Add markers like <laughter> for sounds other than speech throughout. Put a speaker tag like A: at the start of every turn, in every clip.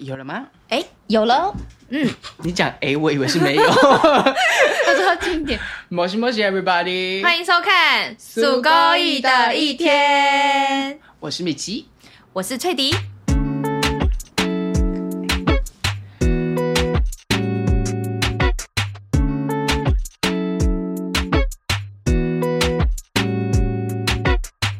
A: 有了吗？
B: 哎，有了，
A: 你讲哎，我以为是没 <laughs> 有。
B: 他说要近
A: <laughs>
B: 一点。
A: 摩西摩西，everybody，
B: 欢迎收看《数高一的一天》，
A: 我是米奇。
B: 我是翠迪。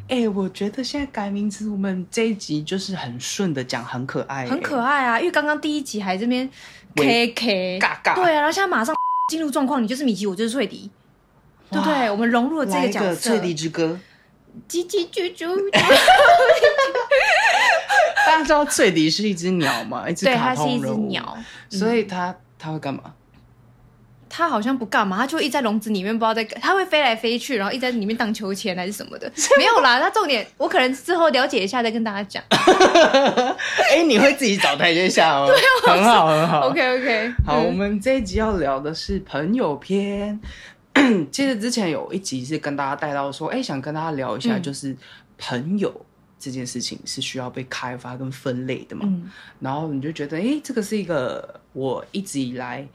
A: 哎、我觉得现在改名字，我们这一集就是很顺的讲，很可爱、欸
B: 很可爱啊，因为刚刚第一集还这边 K
A: 喂
B: K，
A: 尬尬
B: 对啊，然后现在马上 <laughs> 进入状况，你就是米奇，我就是翠迪，对不对？我们融入了这
A: 来一
B: 角
A: 个
B: 色，
A: 翠迪之歌，
B: 叽叽啾啾，
A: 大家知道翠迪是一只鸟嘛，一只
B: 对，
A: 卡
B: 它是一
A: 通
B: 只
A: 人物，
B: 鸟，嗯
A: 所以它它会干嘛？ <laughs>
B: 它好像不干嘛，它就一直在笼子里面，不知道在干，它会飞来飞去，然后一直在里面荡秋千还是什
A: <laughs>
B: 么的，没有啦。它重点，我可能之后了解一下再跟大家讲。
A: 哎、你会自己找台阶下哦，很好很
B: <laughs>
A: 好。
B: OK OK，
A: 好，我们这一集要聊的是朋友篇。 <clears throat> 其实之前有一集是跟大家带到说，哎、想跟大家聊一下，
B: 嗯
A: 就是朋友这件事情是需要被开发跟分类的嘛。
B: 嗯
A: 然后你就觉得，哎、这个是一个我一直以来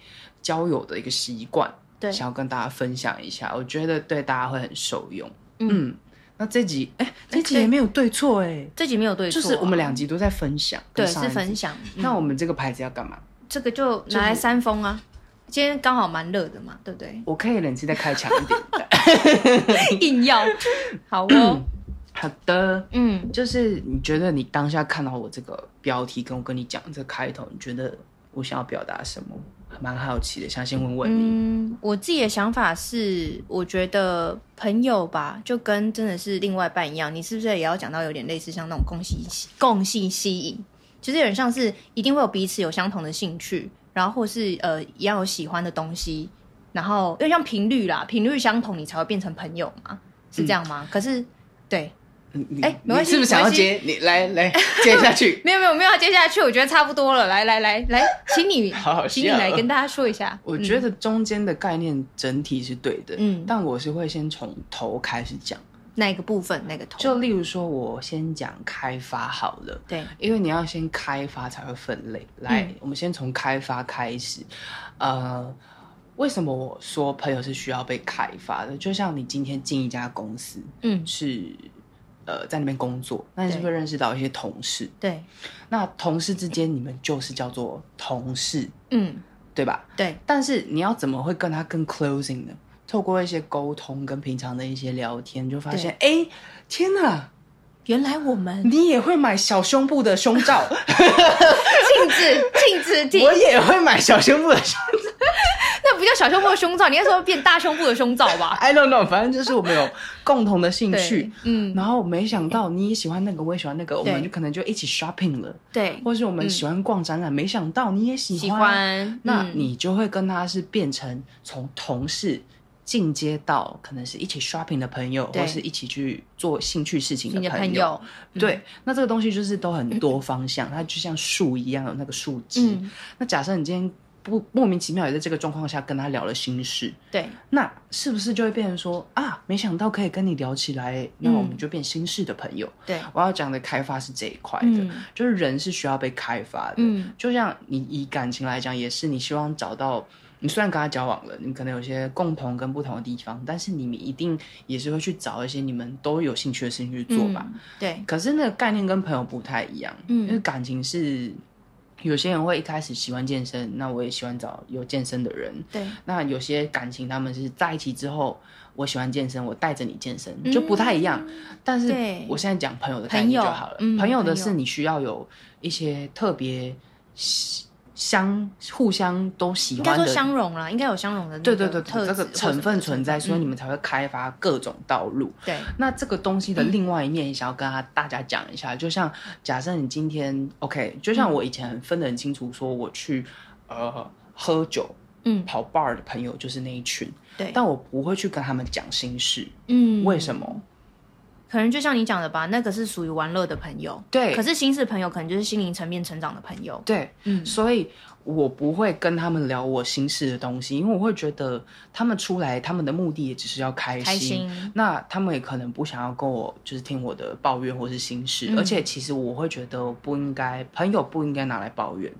A: 交友的一个习惯，
B: 对
A: 想要跟大家分享一下，我觉得对大家会很受用。
B: 嗯
A: 嗯，那这集，哎、这集
B: 可以
A: 也没有对错、哎、
B: 这集没有对错
A: 就
B: 啊、
A: 是我们两集都在分享，
B: 对
A: 跟上
B: 是
A: 一集
B: 分享，嗯
A: 那我们这个牌子要干嘛？
B: 这个就拿来扇风啊。今天刚好蛮热的嘛，对
A: <laughs>？
B: 不对
A: 我可以冷气再开强一点。
B: 硬
A: <laughs>
B: 要，好
A: <coughs>
B: 哦，
A: 好的，
B: 嗯，
A: 就是你觉得你当下看到我这个标题，跟我跟你讲这开头，你觉得我想要表达什么？蛮好奇的，想先问问你。
B: 嗯，我自己的想法是，我觉得朋友吧，就跟真的是另外一半一样，你是不是也要讲到有点类似像那种共性共性吸引，就是有点像是一定会有彼此有相同的兴趣，然后或是呃一样有喜欢的东西，然后因为像频率啦，频率相同你才会变成朋友嘛，是这样
A: 嗯
B: 吗？可是对，
A: 你你
B: 哎没关系
A: 你是不是想要接？你来来接下去。
B: <laughs> 没有没有没有，接下去我觉得差不多了。来来来
A: <laughs>
B: 来，请你，
A: 好好笑
B: 请你来跟大家说一下。
A: 我觉得中间的概念整体是对的，
B: 嗯
A: 但我是会先从头开始讲。
B: 那一个部分那个头，
A: 就例如说，我先讲开发好了，
B: 对，
A: 因为你要先开发才会分类。来，
B: 嗯
A: 我们先从开发开始。呃，为什么我说朋友是需要被开发的？就像你今天进一家公司
B: 嗯，
A: 是呃在那边工作，那你是不是认识到一些同事？
B: 对，
A: 那同事之间你们就是叫做同事，
B: 嗯，
A: 对吧？
B: 对，
A: 但是你要怎么会跟他更 closing 呢？透过一些沟通跟平常的一些聊天，就发现，哎、天哪，
B: 原来
A: <laughs>
B: 我们
A: 你也会买小胸部的胸罩。
B: 禁止
A: <laughs>
B: 禁止停，
A: 我也会买小胸部的胸
B: 那不叫小胸部的胸罩，你那时候变大胸部的胸罩吧？
A: <laughs> ，I don't know，反正就是我们 <laughs> 有共同的兴
B: 对
A: 趣。，
B: 嗯，
A: 然后没想到你也喜欢那个，我也喜欢那个，我们
B: 对
A: 就可能就一起 shopping 了，
B: 对，
A: 或是我们喜欢逛展览，啊没想到你也喜欢，
B: 喜欢，
A: 那
B: 嗯
A: 你就会跟他是变成从同事进阶到可能是一起 shopping 的朋友，
B: 对
A: 或是一起去做兴趣事情
B: 你的
A: 的
B: 朋
A: 友。嗯
B: 友，
A: 对，那这个东西就是都很多方向，它就像树一样有那个树枝。
B: 嗯，
A: 那假设你今天不莫名其妙也在这个状况下跟他聊了心事，
B: 对，
A: 那是不是就会变成说啊，没想到可以跟你聊起来，那我
B: 嗯
A: 们就变心事的朋友？
B: 对，
A: 我要讲的开发是这一块的，
B: 嗯
A: 就是人是需要被开发的。
B: 嗯，
A: 就像你以感情来讲，也是你希望找到。嗯你虽然跟他交往了，你可能有些共同跟不同的地方，但是你们一定也是会去找一些你们都有兴趣的事情去做吧。
B: 嗯，对，
A: 可是那个概念跟朋友不太一样，
B: 嗯
A: 因为感情是有些人会一开始喜欢健身，那我也喜欢找有健身的人。
B: 对，
A: 那有些感情他们是在一起之后，我喜欢健身，我带着你健身
B: 嗯
A: 就不太一样。但是
B: 对
A: 我现在讲朋友的概念就好了，
B: 朋友嗯
A: 的是
B: 朋友
A: 你需要有一些特别喜相互相都喜
B: 应该
A: 欢
B: 说
A: 的。
B: 相容啦，应该有相容的那
A: 对
B: 个
A: 对对，
B: 特
A: 对这个
B: 质或什
A: 成
B: 么
A: 分
B: 的
A: 存在，所以
B: 嗯
A: 你们才会开发各种道路。
B: 对，
A: 那这个东西的
B: 嗯
A: 另外一面，也想要跟他大家讲一下。就像假设你今天 OK，就像我以前分得很清楚，说我去呃喝酒
B: 嗯，
A: 跑 bar 的朋友就是那一群，
B: 对，
A: 但我不会去跟他们讲心事。
B: 嗯，
A: 为什么？
B: 可能就像你讲的吧，那个是属于玩乐的朋友，
A: 对
B: 可是心事朋友可能就是心灵层面成长的朋友。
A: 对，
B: 嗯
A: 所以我不会跟他们聊我心事的东西，因为我会觉得他们出来，他们的目的也只是要开心。
B: 开心
A: 那他们也可能不想要跟我就是听我的抱怨或是心事，
B: 嗯
A: 而且其实我会觉得不应该，朋友不应该拿来抱怨，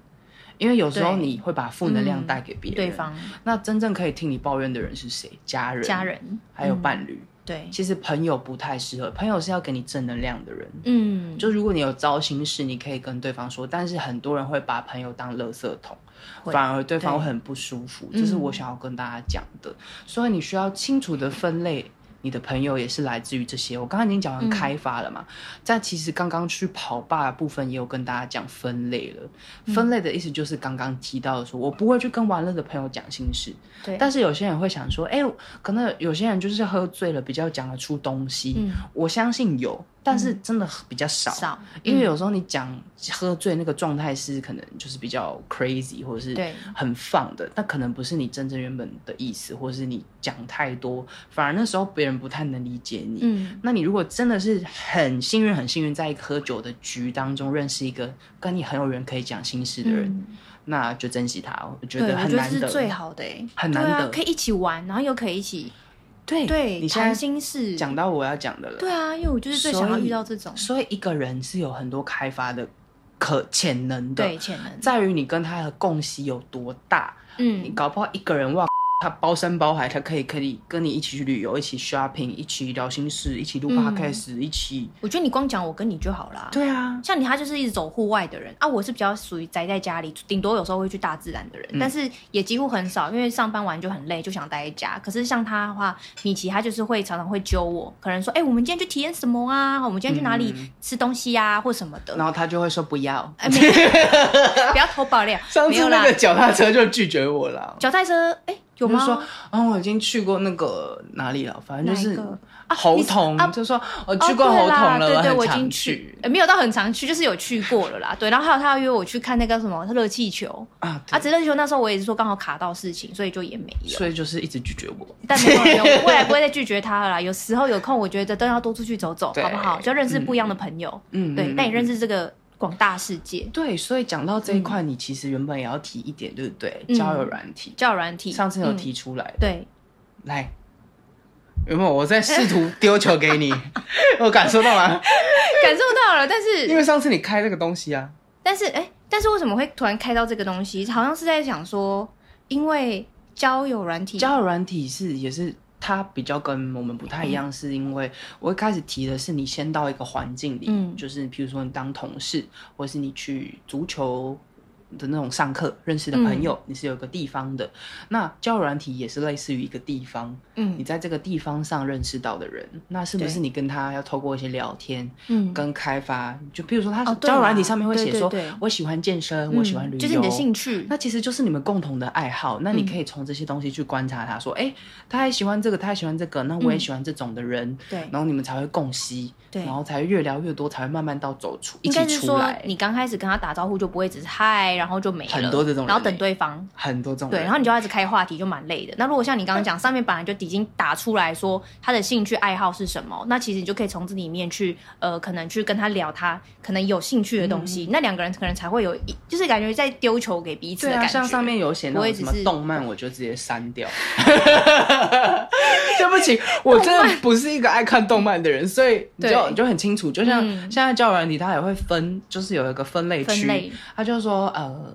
A: 因为有时候
B: 对
A: 你会把负能量
B: 嗯
A: 带给别人。
B: 对方
A: 那真正可以听你抱怨的人是谁？家人，
B: 家，人
A: 还有
B: 嗯
A: 伴侣。
B: 对，
A: 其实朋友不太适合，朋友是要给你正能量的人。
B: 嗯，
A: 就如果你有糟心事，你可以跟对方说，但是很多人会把朋友当垃圾桶，
B: 会
A: 反而对方
B: 对
A: 会很不舒服。
B: 嗯
A: 这是我想要跟大家讲的，所以你需要清楚的分类。你的朋友也是来自于这些，我刚刚已经讲完开发了
B: 嗯
A: 嘛，在其实刚刚去跑吧的部分也有跟大家讲分类
B: 嗯
A: 了。分类的意思就是刚刚提到的说，我不会去跟玩乐的朋友讲心事，
B: 对，
A: 但是有些人会想说，哎、可能有些人就是喝醉了比较讲得出东西，
B: 嗯
A: 我相信有，但是真的比较少，
B: 少，嗯
A: 因为有时候你讲喝醉那个状态是可能就是比较 crazy 或者是
B: 对
A: 很放的，那可能不是你真正原本的意思，或是你讲太多，反而那时候别人不太能理解你。
B: 嗯，
A: 那你如果真的是很幸运、很幸运，在一个喝酒的局当中认识一个跟你很有人可以讲心事的人，
B: 嗯
A: 那就珍惜他哦，我觉
B: 对，
A: 得
B: 我
A: 很
B: 觉得
A: 难
B: 是
A: 得。
B: 最好的哎，
A: 很难
B: 对啊
A: 得
B: 可以一起玩，然后又可以一起
A: 对
B: 对
A: 你现在
B: 谈心事，
A: 讲到我要讲的了。
B: 对啊，因为我就是最想要遇到这种
A: 所以一个人是有很多开发的可潜能的，
B: 对潜能，
A: 在于你跟他的共识有多大。你
B: 嗯，
A: 搞不好一个人哇，他包山包海，他可以可以跟你一起去旅游，一起 shopping，一起聊心事，一起录
B: 嗯
A: podcast，、一起
B: 我觉得你光讲我跟你就好啦。
A: 对啊，
B: 像你，他就是一直走户外的人啊，我是比较属于宅在家里，顶多有时候会去大自然的人，
A: 嗯
B: 但是也几乎很少，因为上班完就很累，就想待在家。可是像他的话，米奇他就是会常常会揪我，可能说，哎、我们今天去体验什么啊？我们今天去哪里吃东西呀、啊，或什么的。
A: 然后他就会说不要。
B: 哎，没有不要偷爆料，
A: <laughs> 上
B: 没
A: 次
B: 有
A: 那
B: 啦
A: 个。脚踏车就拒绝我了。
B: 脚踏车，哎、有
A: 我就
B: 吗？
A: 说，嗯、我已经去过那个哪里了，反正就
B: 哪一
A: 是
B: 个
A: 猴
B: 你是
A: 头，
B: 啊
A: 就说我
B: 哦
A: 去过猴
B: 对啦
A: 头了，
B: 对对，
A: 很
B: 我已
A: 常
B: 经去，呃没有到很常去，就是有去过了啦。对，然后还有他要约我去看那个什么热气球
A: 啊，
B: 啊，只是热气球那时候我也是说刚好卡到事情，所以就也没有。
A: 所以就是一直拒绝我。
B: 但没有用，我未来不会再拒绝他了啦。有时候有空，我觉得都要多出去走走，
A: 对
B: 好不好？就认识不一样的朋友，
A: 嗯，
B: 对，
A: 嗯
B: 带你
A: 嗯
B: 认。识这个广大世界。
A: 对，所以讲到这一块，你其实原本也要提一点，对不对？交友软体，
B: 交友软体，
A: 上次有
B: 嗯，
A: 提出来，
B: 对，
A: 来，有没有？我在试图丢球给你，我感受到了，
B: 感受到了，但
A: 因
B: 是
A: 为上次你开这个东西啊，
B: 但是哎，但是为什么会突然开到这个东西？好像是在想说，因为交友软体，
A: 交友软体是也是。它比较跟我们不太一
B: 嗯
A: 样，是因为我一开始提的是你先到一个环境里，
B: 嗯
A: 就是譬如说你当同事，或是你去足球的那种上课认识的朋友，
B: 嗯
A: 你是有一个地方的。那交友软体也是类似于一个地方，你
B: 嗯
A: 在这个地方上认识到的人，那是不是
B: 对
A: 你跟他要透过一些聊天
B: 嗯，
A: 跟开发？就比如说他
B: 哦对
A: 交友软体
B: 啦
A: 上面会
B: 对
A: 写
B: 对
A: 说
B: 对，
A: 我喜欢健身，我喜欢
B: 嗯
A: 旅游，
B: 就是你的兴趣，
A: 那其实就是你们共同的爱好，那你可以从这些东西去观察他，说，哎、他也喜欢这个，他也喜欢这个，那我也喜欢这种的人，
B: 对
A: 然后你们才会共吸，
B: 对
A: 然后才会越聊越多，才会慢慢到走出一
B: 应该
A: 起
B: 是
A: 出
B: 说
A: 来，
B: 你刚开始跟他打招呼就不会只是嗨，然后就没了，
A: 很多这种人欸
B: 然后等对方。
A: 很多这种
B: 对，
A: 人
B: 然后你就要一直开话题，就蛮累的。那如果像你刚刚讲，上面本来就已经打出来说他的兴趣爱好是什么，那其实你就可以从这里面去，呃，可能去跟他聊他可能有兴趣的东西，那两个人可能才会有一，就是感觉在丢球给彼此
A: 对
B: 的
A: 啊，
B: 感觉。
A: 像上面有写那
B: 我也
A: 种
B: 只
A: 什么
B: 是
A: 动漫，我就直接删 <laughs> 掉。对不起，我真的不是一个爱看动漫的人，所以你就
B: 对
A: 你就很清楚，就像
B: 嗯
A: 现在教软体，它也会分，就是有一个分类
B: 分类
A: 区，它就说呃，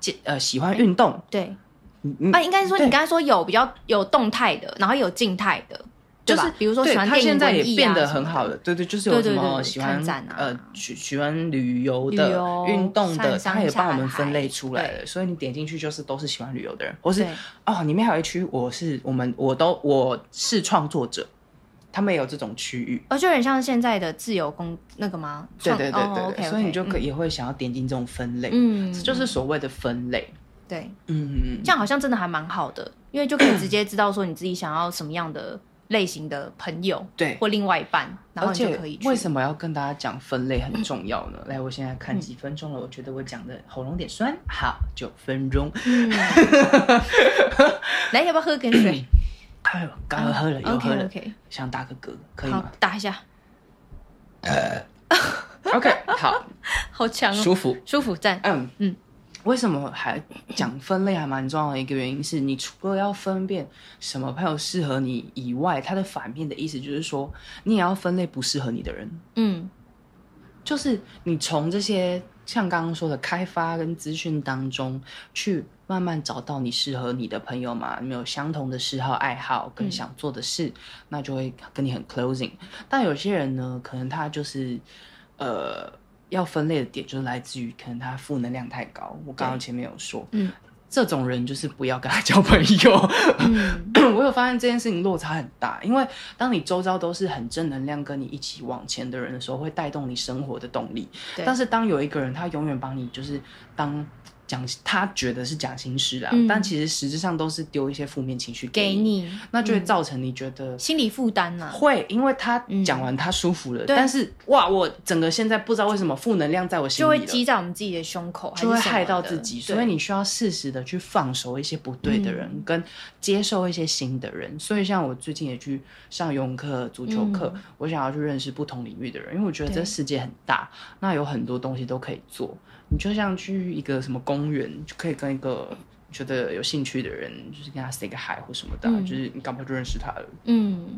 A: 健呃喜欢运动，
B: 对，
A: 嗯嗯
B: 啊，应该是说
A: 对
B: 你刚才说有比较有动态的，然后有静态的，
A: 就
B: 对吧
A: 是
B: 比如说
A: 对
B: 喜欢
A: 它
B: 电
A: 现
B: 影
A: 在
B: 文
A: 也
B: 艺
A: 变
B: 啊
A: 得
B: 什
A: 很
B: 么
A: 好
B: 的
A: 了，对对，就是有
B: 对
A: 什
B: 对
A: 么
B: 对
A: 喜欢
B: 看展啊
A: 呃喜喜欢旅游
B: 旅
A: 的
B: 游、
A: 运动的，
B: 上
A: 它也
B: 山
A: 帮我们
B: 下
A: 分类
B: 海
A: 出来了，所以你点进去就是都是喜欢旅游的人，或是
B: 对
A: 哦里面还有一区我是我们我都我是创作者，他们也有这种区域。
B: 哦，就有点像现在的自由工那个吗？
A: 对对对对对
B: 哦、，OK，
A: 所以你就可也会想要点进这种分类，
B: 嗯，
A: 这就是所谓的分类。
B: 对，
A: 嗯，
B: 这样好像真的还蛮好的，因为就可以直接知道说你自己想要什么样的类型的朋友，
A: 对
B: 或另外一半，然后
A: 而
B: 你就
A: 且
B: 可以去。嗯
A: 为什么要跟大家讲分类
B: <clears throat>
A: 很重要呢？来，我现在看几分钟了，我觉得我讲的喉咙有点酸，好，九分钟。
B: 嗯 <laughs> 来，要不要喝点水？
A: 嗯哎呦，刚刚喝了，又喝
B: OK
A: 了，
B: OK，
A: 想打个嗝，可以
B: 好
A: 吗？，
B: 打一下。
A: <laughs> OK，好，
B: 好强哦，
A: 舒服。
B: 舒服赞，
A: 嗯
B: 嗯
A: 嗯，为什么还讲分类还蛮重要的一个原因是，你除了要分辨什么朋友适合你以外，它的反面的意思就是说，你也要分类不适合你的人。
B: 嗯
A: 就是你从这些像刚刚说的开发跟资讯当中，去慢慢找到你适合你的朋友嘛，你们有相同的嗜好、爱好跟想做的事，那就会跟你很 closing。但有些人呢，可能他就是呃要分类的点，就是来自于可能他负能量太高。我刚刚前面有说，
B: 嗯
A: 这种人就是不要跟他交朋友。
B: 嗯
A: <clears throat> 我有发现这件事情落差很大，因为当你周遭都是很正能量跟你一起往前的人的时候，会带动你生活的动力
B: 对。
A: 但是当有一个人他永远帮你，就是当讲他觉得是讲心事啦，
B: 嗯
A: 但其实实质上都是丢一些负面情绪
B: 给
A: 你，
B: 你
A: 那就会造成你觉得。
B: 心理负担啊啦，
A: 会，因为他
B: 嗯
A: 讲完他舒服了，
B: 对
A: 但是哇，我整个现在不知道为什么负能量在我心
B: 就
A: 里
B: 会
A: 了
B: 积在我们自己的胸口，还是
A: 就会
B: 什么
A: 害到
B: 的
A: 自己，
B: 对嗯
A: 所以你需要适时的去放手一些不对的人，跟接受一些新的人。所以像我最近也去上游泳课、足球课，我想要去认识不同领域的人，因为我觉得
B: 嗯对
A: 这世界很大，那有很多东西都可以做。你就像去一个什么公园，就可以跟一个你觉得有兴趣的人，就是跟他 say 个 hi 或什么的啊，
B: 嗯
A: 就是你搞不好就认识他了。
B: 嗯，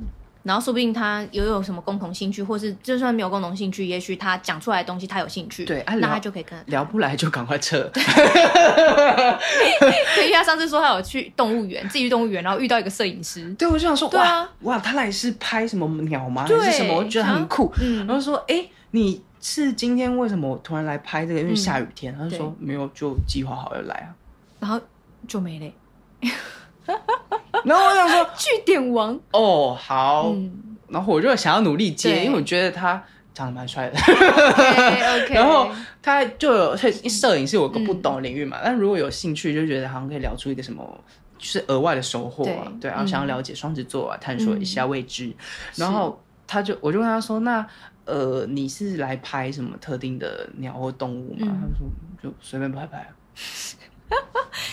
B: 然后说不定他也有什么共同兴趣，或是就算没有共同兴趣，也许他讲出来的东西他有兴趣，
A: 对啊
B: 那
A: 聊
B: 他就可以跟。
A: 聊不来就赶快撤。
B: <laughs> 因为他上次说他有去动物园，自己去动物园，然后遇到一个摄影师，
A: 对，我就想说，
B: 对啊
A: 哇哇，他来是拍什么鸟吗？还
B: 对
A: 是什么？我就觉得很酷。
B: 嗯
A: 然后说，哎、你是今天为什么突然来拍这个？因为
B: 嗯
A: 下雨天。他就
B: 对
A: 说没有，就计划好要来啊。 <laughs>
B: 然后就没了。
A: 然后我想说，
B: 据点王，
A: 哦，好。 <laughs>
B: 嗯
A: 然后我就想要努力
B: 对
A: 接，因为我觉得他长得蛮帅的。
B: ，OK OK，
A: <laughs> 然后他就有摄
B: 嗯
A: 摄影是我个不懂的领域嘛，但如果有兴趣，就觉得好像可以聊出一个什么，就是额外的收获啊，
B: 对
A: 对，然后
B: 嗯
A: 想要了解双子座啊，探索一下未知。
B: 是
A: 然后他就我就问他说：“那呃，你是来拍什么特定的鸟或动物吗？”
B: 嗯
A: 他说：“就随便拍拍啊。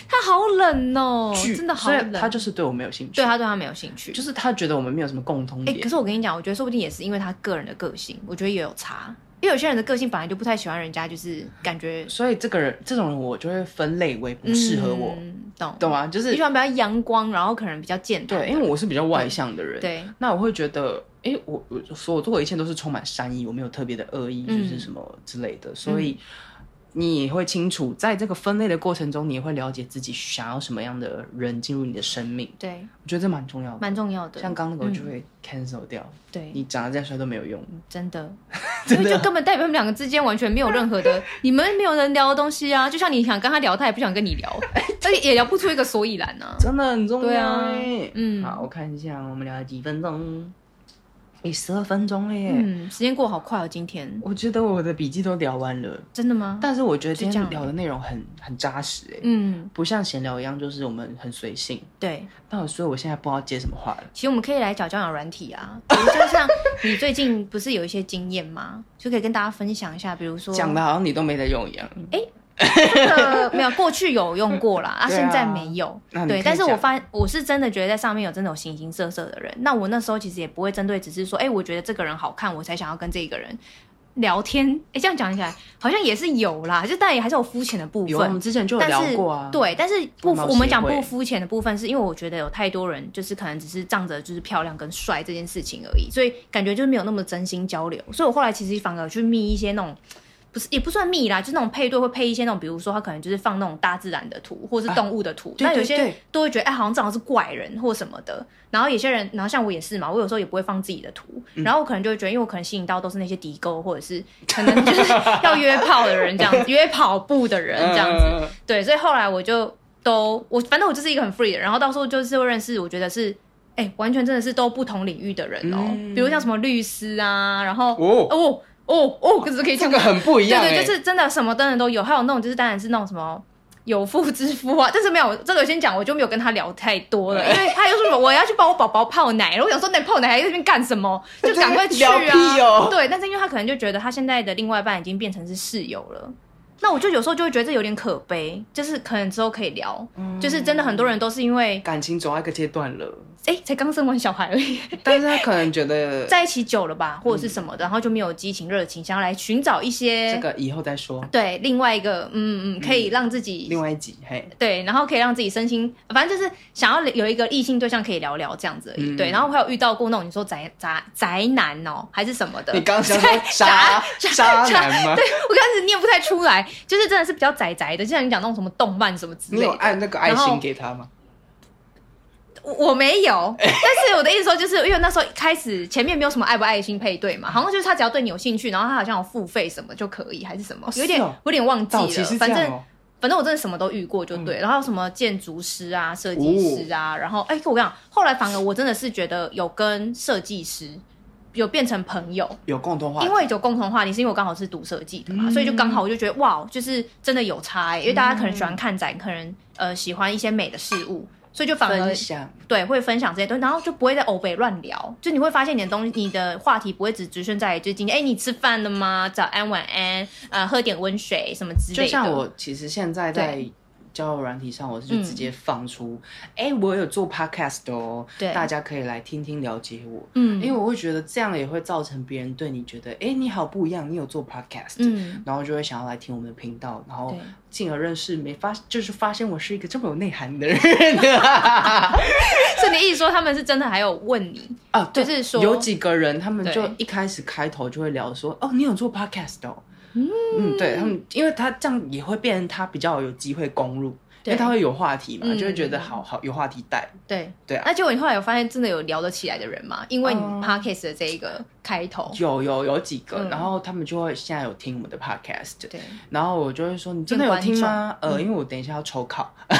B: 他好冷哦，
A: 巨
B: 真的好
A: 所以
B: 冷。
A: 他就是对我没有兴趣，
B: 对他对他没有兴趣，
A: 就是他觉得我们没有什么共通
B: 哎、
A: 点。
B: 可是我跟你讲，我觉得说不定也是因为他个人的个性，我觉得也有差。因为有些人的个性本来就不太喜欢人家，就是感觉
A: 所以这个人这种人，我就会分类为不适合我，
B: 嗯、懂
A: 懂啊吗？就
B: 你
A: 是
B: 喜欢比较阳光，然后可能比较健谈的
A: 对，
B: 人。
A: 因为我是比较外向的人，
B: 对
A: 那我会觉得，诶，我我所做的一切都是充满善意，我没有特别的恶意，就
B: 嗯
A: 是什么之类的，所以你也会清楚，在这个分类的过程中，你也会了解自己想要什么样的人进入你的生命，
B: 对，
A: 我觉得这蛮重要的。
B: 蛮重要的。
A: 像刚刚那个我就
B: 嗯
A: 会 cancel 掉，
B: 对，
A: 你长得再帅都没有用，
B: 真 <laughs> 的，啊因
A: 真
B: 为就
A: 的。
B: 根本代表他们两个之间完全没有任何 <laughs> 的，你们没有人聊的东西啊。就像你想跟他聊，他也不想跟你 <laughs> 聊，而且也聊不出哎一个所以然啊。
A: 真的很重要、
B: 对啊
A: 欸
B: 嗯
A: 好，我看一下，我们聊了几分钟，诶，十二分钟了耶。
B: 嗯，时间过好快哦，今天
A: 我觉得我的笔记都聊完了，
B: 真的吗？
A: 但是我觉得今
B: 就这
A: 天
B: 样
A: 聊的内容很很扎实、欸，
B: 嗯，
A: 不像闲聊一样，就是我们很随性。
B: 对。
A: 但我所以我现在不知道接什么话了。
B: 其实我们可以来找交友软体 <laughs> 啊，比如就像你最近不是有一些经验吗？就可以跟大家分享一下，比如说
A: 讲的好像你都没在用一样。
B: 这个没有过去有用
A: <laughs>
B: 过啦，啊，
A: 对啊
B: 现在没有
A: 那。你
B: 对，
A: 可以
B: 但是我
A: 讲
B: 发我是真的觉得在上面有真的有形形色色的人。那我那时候其实也不会针对，只是说，哎、我觉得这个人好看，我才想要跟这个人聊天。哎、这样讲起来好像也是有啦，就但也还是有肤浅的部
A: 有啊，我
B: 分
A: 们。之前就有
B: 但
A: 聊
B: 是
A: 过啊。，
B: 对，但是不
A: 外貌
B: 我们
A: 协
B: 讲
A: 会
B: 不肤浅的部分，是因为我觉得有太多人就是可能只是仗着就是漂亮跟帅这件事情而已，所以感觉就是没有那么真心交流。所以我后来其实反而去觅一些那种。不是，也不算密啦，就是那种配对会配一些那种，比如说他可能就是放那种大自然的图，或是动物的图。
A: 啊对
B: 那有
A: 对
B: 些
A: 对
B: 都会觉得，哎，好像正好是怪人或什么的。然后有些人，然后像我也是嘛，我有时候也不会放自己的图，
A: 嗯
B: 然后我可能就会觉得，因为我可能吸引到都是那些敌沟，或者是可能就是要约炮的人这样
A: <laughs>
B: 子，约跑步的人这样子。
A: 嗯
B: 对，所以后来我就都我反正我就是一个很 free 的人，然后到时候就是会认识，我觉得是哎、完全真的是都不同领域的人哦，
A: 嗯
B: 比如像什么律师啊，然后
A: 哦
B: 哦哦哦，可是可以
A: 这
B: 讲
A: 个很不一样欸。
B: 对对，就是真的什么灯的都有，还有那种就是当然是那种什么。有妇之夫啊，但是没有这个先讲，我就没有跟他聊太多了，因为他又说什么我要去帮我宝宝泡奶，然后我想说那你泡奶还在那边干什么？就赶快去啊！
A: <laughs> 聊屁哦
B: 对，但是因为他可能就觉得他现在的另外一半已经变成是室友了，那我就有时候就会觉得这有点可悲，就是可能之后可以聊，
A: 嗯
B: 就是真的很多人都是因为
A: 感情走到一个阶段了，
B: 哎、才刚生完小孩
A: <laughs>
B: 而已，
A: 但是他可能觉得
B: <laughs> 在一起久了吧，或者是什么的，然后就没有激情热情，想要来寻找一些、
A: 这个以后再说，
B: 对另外一个嗯嗯可以让自己、
A: 另外一集嘿。
B: 对，然后可以让自己身心，反正就是想要有一个异性对象可以聊聊这样子而已。
A: 嗯
B: 对，然后还有遇到过那种你说宅宅宅男哦，还是什么的。
A: 你刚刚
B: <laughs>
A: 想说渣渣男吗？
B: 我刚开始念不太出来，就是真的是比较宅宅的，就像你讲那种什么动漫什么之
A: 你
B: 类
A: 有
B: 的。
A: 按那个爱
B: 然后
A: 心给他吗？
B: 我我没有， <laughs> 但是我的意思说，就是因为那时候一开始前面没有什么爱不爱心配
A: 嗯
B: 对嘛，好像就是他只要对你有兴趣，然后他好像有付费什么就可以，还是什么，
A: 哦
B: 有点
A: 是哦
B: 有点忘记
A: 早期
B: 了，
A: 是这
B: 反正
A: 样哦。
B: 反正我真的什么都遇过，就
A: 嗯
B: 对。然后什么建筑师啊、设计师
A: 哦
B: 啊，然后哎、我跟你讲，后来反而我真的是觉得有跟设计师有变成朋友，
A: 有共同话题
B: 因，为有共同话题，是因为我刚好是读设计的嘛，
A: 嗯
B: 所以就刚好我就觉得哇，就是真的有差、欸，因为大家可能喜欢
A: 嗯
B: 看展，可能呃喜欢一些美的事物，所以就反而
A: 分享
B: 对，会分享这些东西，然后就不会在欧北乱聊，就你会发现你的东西，你的话题不会只局限在就是今天，哎、你吃饭了吗？早安、晚安，呃，喝点温水什么之类的。
A: 就像我其实现在在交友软体上，我是就直接放出，哎、我有做 podcast 的哦，
B: 嗯对
A: 大家可以来听听了解我。
B: 嗯，
A: 因为我会觉得这样也会造成别人对你觉得，哎、你好不一样，你有做 podcast，、
B: 嗯，
A: 然后就会想要来听我们的频道，然后
B: 对
A: 进而认识没发，就是发现我是一个这么有内涵的人 <laughs>
B: <laughs> 所以你意思说他们是真的还有问你，
A: 啊。对
B: 就是说
A: 有几个人，他们
B: 对
A: 就一开始开头就会聊说，哦，你有做 podcast 哦，嗯，对他们，因为他这样也会变成他比较有机会攻入，因
B: 对
A: 为他会有话题嘛，
B: 嗯
A: 就会觉得好好有话题带。
B: 对
A: 对啊
B: 那结果你后来有发现真的有聊得起来的人吗？因为你
A: 嗯
B: podcast 的这一个开头，
A: 有有有几个，
B: 嗯
A: 然后他们就会现在有听我们的 podcast，
B: 对， <laughs>
A: 然后我就会说你真的有听吗？
B: 嗯
A: 呃，因为我等一下要抽
B: <laughs>
A: 考，
B: 哎、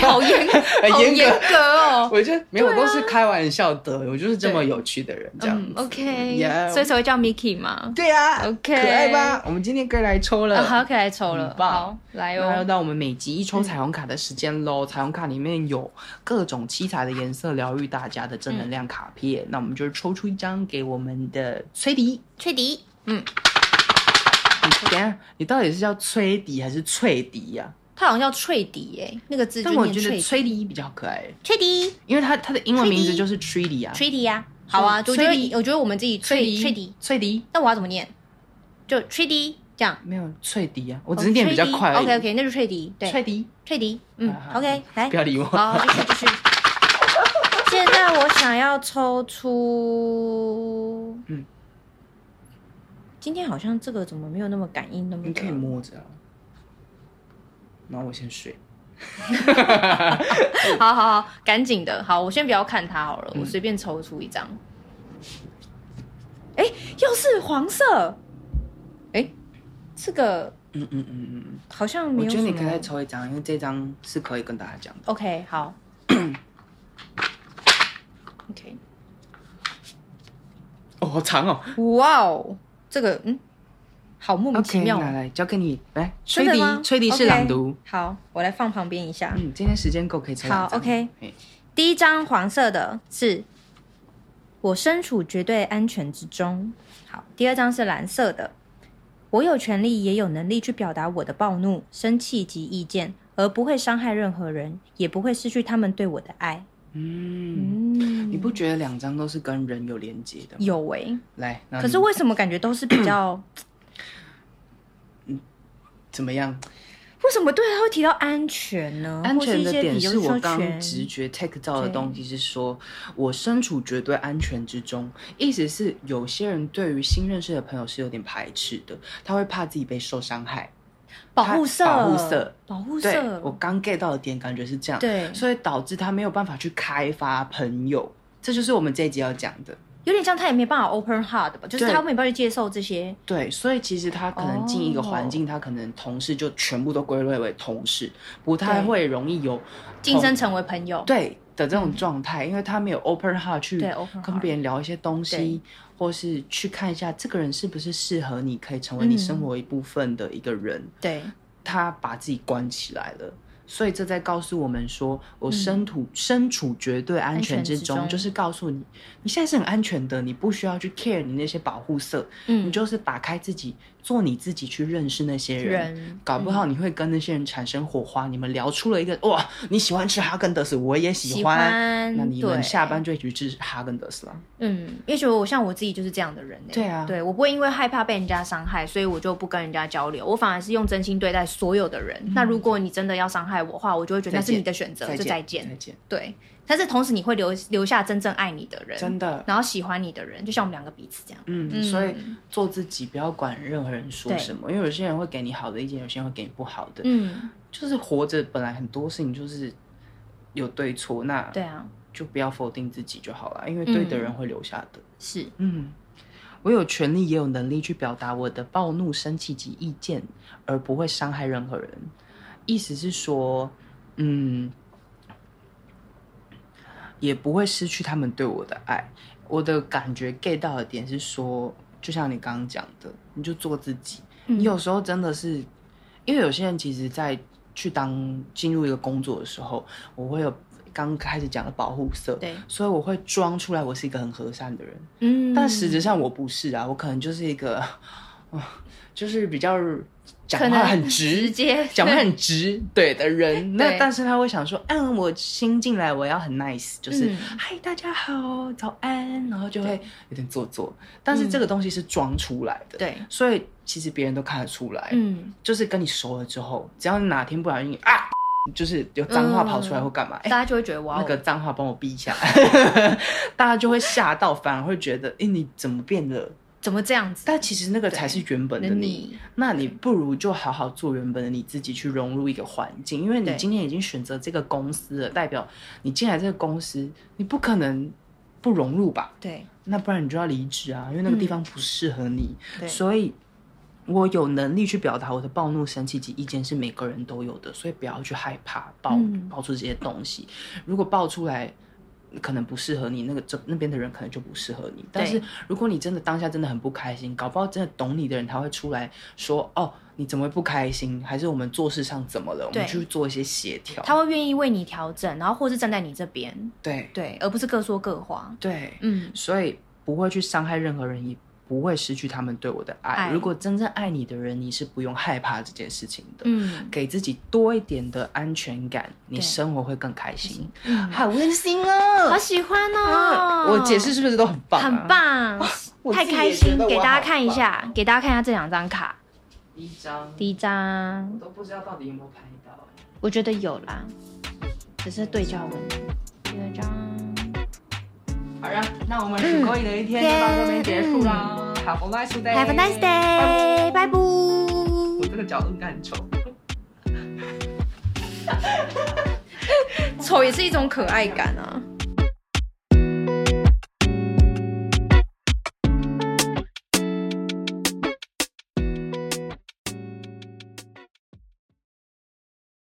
B: 好
A: <laughs>
B: 严，好
A: 严格
B: 严格哦。
A: 我就没有，我都是开玩笑的，我就是这么有趣的人这样
B: 啊嗯
A: 子。
B: ，OK，、
A: Yeah
B: 所以才会叫 Mickey 嘛。
A: 对呀可
B: OK
A: 爱吧？我们今天可以来抽了。
B: 啊，好，可以来抽了
A: 很，棒
B: 好，来
A: 那又
B: 哦。
A: 到我们每集一抽彩虹卡的时间喽！彩虹卡里面有各种七彩的颜色，疗愈大家的正能量卡片。那我们就抽出一张给我们的崔迪。
B: 翠迪，
A: 你等一下，你到底是叫崔迪还是翠迪呀、
B: 他好像叫翠迪哎，那个字就
A: 但我
B: 念
A: 觉
B: 翠
A: 得
B: 迪
A: 崔迪比较可爱，
B: 翠迪，
A: 因为它它的英文名字
B: 崔迪
A: 就是 Trilly 啊。
B: 翠迪呀。好啊，我
A: 翠
B: 觉得
A: 迪
B: 我觉得我们自己翠翠迪，，
A: 翠迪，
B: 那我要怎么念？就翠迪这样。
A: 没有翠迪啊，我只是
B: 哦
A: 念比较快而已。
B: OK OK，那就翠迪，对，
A: 翠迪，
B: 翠迪，嗯
A: 啊
B: ，OK，来
A: 不，要理我。 <laughs>
B: 好，继续继续。现在我想要抽出，
A: 嗯，
B: 今天好像这个怎么没有那么感应那么
A: 你可以
B: 的？
A: 摸着啊，然后我先睡。
B: 好好好，赶紧的，好，我先不要看它好了，
A: 嗯
B: 我随便抽出一张。哎，又是黄色，哎，这个
A: 嗯嗯嗯嗯嗯，
B: 好像没
A: 我
B: 有
A: 觉
B: 什
A: 得
B: 么。
A: 你可以再抽一张，因为这张是可以跟大家讲的。
B: OK，好。OK，
A: 哦，好长哦。
B: 哇哦，这个嗯，好莫名其
A: OK，
B: 妙哦。
A: 来来，交给你。来，吹
B: 真的
A: 笛
B: 吗，
A: 吹笛是
B: OK
A: 朗读。
B: 好，我来放旁边一下。
A: 嗯，今天时间够，可以抽两
B: 好
A: 张。
B: ，OK
A: 嘿
B: 第一张黄色的是“我身处绝对安全之中”。好，第二张是蓝色的，“我有权利也有能力去表达我的暴怒、生气及意见，而不会伤害任何人，也不会失去他们对我的爱。
A: 嗯，
B: 嗯”
A: 你不觉得两张都是跟人有连接的吗？
B: 有诶、
A: 来，那
B: 嗯可是
A: 你
B: 为什么感觉都是
A: <coughs>
B: 比较？
A: 怎么样？
B: 为什么对他会提到安全呢？
A: 安全的
B: 哦或是一
A: 点
B: 些
A: 是
B: 比如
A: 我
B: 说
A: 刚
B: 权
A: 直觉 take 到的东西是说，我身处绝对安全之中，意思是有些人对于新认识的朋友是有点排斥的，他会怕自己被受伤害。
B: 保护色、
A: 保护色、
B: 保护
A: 对
B: 色，
A: 我刚 get 到的点，感觉是这样，
B: 对
A: 所以导致他没有办法去开发朋友，这就是我们这一集要讲的。
B: 有点像他也没办法 open heart 吧，就是
A: 对
B: 他没办法去接受这些。
A: 对，所以其实他可能进一个环
B: 哦
A: 境，他可能同事就全部都归类为同事，不太
B: 对
A: 会容易有
B: 晋升成为朋友。
A: 对的这种状态，因为他没有 open heart 去
B: 嗯对，open
A: 跟
B: heart
A: 别人聊一些东西
B: 对，
A: 或是去看一下这个人是不是适合
B: 嗯
A: 你，可以成为你生活一部分的一个人。
B: 对
A: 他把自己关起来了，所以这在告诉我们说，我身处、身处绝对安全之中，
B: 嗯安全之中
A: 就是告诉你，你现在是很安全的，你不需要去 care 你那些保护色，
B: 嗯
A: 你就是打开自己，做你自己去认识那些人。
B: 人嗯
A: 搞不好你会跟那些人产生火花，你们聊出了一个哇，你喜欢吃哈根达斯，我也喜
B: 喜欢
A: 那你
B: 对
A: 们下班就一起去吃哈根达斯了。
B: 嗯，也许我像我自己就是这样的人、欸。
A: 对啊
B: 对我不会因为害怕被人家伤害，所以我就不跟人家交流，我反而是用真心对待所有的人。那如果你真的要伤害我的话，我就会觉得那
A: 嗯再
B: 是
A: 见
B: 你的选择，就再见。
A: 再见，
B: 对，但是同时你会留留下真正爱你的人，
A: 真的，
B: 然后喜欢你的人，就像我们两个彼此这样。
A: 嗯，
B: 嗯
A: 所以做自己，不要管任何人说
B: 对
A: 什么，因为有些人会给你好的意见，有些人会给你不好的。
B: 嗯，
A: 就是活着本来很多事情就是有对错，那
B: 对嗯啊，
A: 就不要否定自己就好了，因为对的人会留下的。
B: 是
A: 嗯，我有权利也有能力去表达我的暴怒、生气及意见，而不会伤害任何人。意思是说，嗯，也不会失去他们对我的爱。我的感觉 get 到的点是说，就像你刚刚讲的，你就做自己。
B: 嗯
A: 你有时候真的是，因为有些人其实，在去当进入一个工作的时候，我会有刚开始讲的保护色，
B: 对，
A: 所以我会装出来我是一个很和善的人，
B: 嗯，
A: 但实质上我不是啊，我可能就是一个，啊就是比较讲
B: 可
A: 话
B: 能
A: 很
B: 直
A: 直。
B: 接
A: 讲话很直对的人，那
B: <laughs> 对
A: 但是他会想说，嗯，我新进来，我要很 nice，就是、
B: 嗯
A: 嗨，大家好，早安，然后就会
B: 对
A: 有点做作，但是
B: 嗯
A: 这个东西是装出来的，
B: 对，
A: <laughs> 所以其实别人都看得出来，
B: 嗯，
A: 就是跟你熟了之后，只要你哪天不小心啊， <laughs> 就是有脏
B: 嗯
A: 话跑出来或干嘛，哎、
B: 大家就会觉得哇
A: 那
B: 哦，
A: 个脏话帮我逼一下 <laughs> 来，大家就会吓到，反而会觉得，哎、你怎么变了？
B: 怎么这样子？
A: 但其实那个才是原本的
B: 那
A: 你，
B: 你
A: 那你不如就好好做原本的你自己，去融入一个环境，因为你
B: 对
A: 今天已经选择这个公司了，代表你进来这个公司，你不可能不融入吧？
B: 对
A: 那不然你就要离职啊，因为那个地方不适合你。
B: 对
A: 所以，我有能力去表达我的暴怒、生气及意见是每个人都有的，所以不要去害怕爆、
B: 嗯
A: 爆出这些东西。如果爆出来，可能不适合你，那个这那边的人可能就不适合你。但是如果你真的当下真的很不开心，搞不好真的懂你的人他会出来说：“哦，你怎么会不开心？还是我们做事上怎么了？我
B: 对
A: 们去做一些协调。
B: 他会愿意为你调整，然后或是站在你这边，
A: 对”
B: 对，而不是各说各话。
A: 对
B: 嗯，
A: 所以不会去伤害任何人，也不会失去他们对我的爱。
B: 爱
A: 如果真正爱你的人，你是不用害怕这件事情的。
B: 嗯，
A: 给自己多一点的安全感，你
B: 对
A: 生活会更开心。
B: 嗯
A: 好温馨哦！啊
B: 好喜欢哦！
A: 我解释是不是都很棒、啊？
B: 很。棒，
A: <laughs> 我自
B: 太
A: 己也
B: 开心
A: 觉得！我
B: 给大家
A: 好
B: 看一
A: 棒
B: 下，给大家看一下这两张卡。
A: 一张，
B: 第一张
A: 我，都不知道到底有没有拍到。
B: 我觉得有啦，只是对焦问题。第二张，
A: 好呀，那我们是勾引的一天就到这边结束啦。Have a nice day.
B: 嗯 Have a nice day，拜拜。
A: 我这个角度应该很丑。
B: 丑也是一种可爱感啊。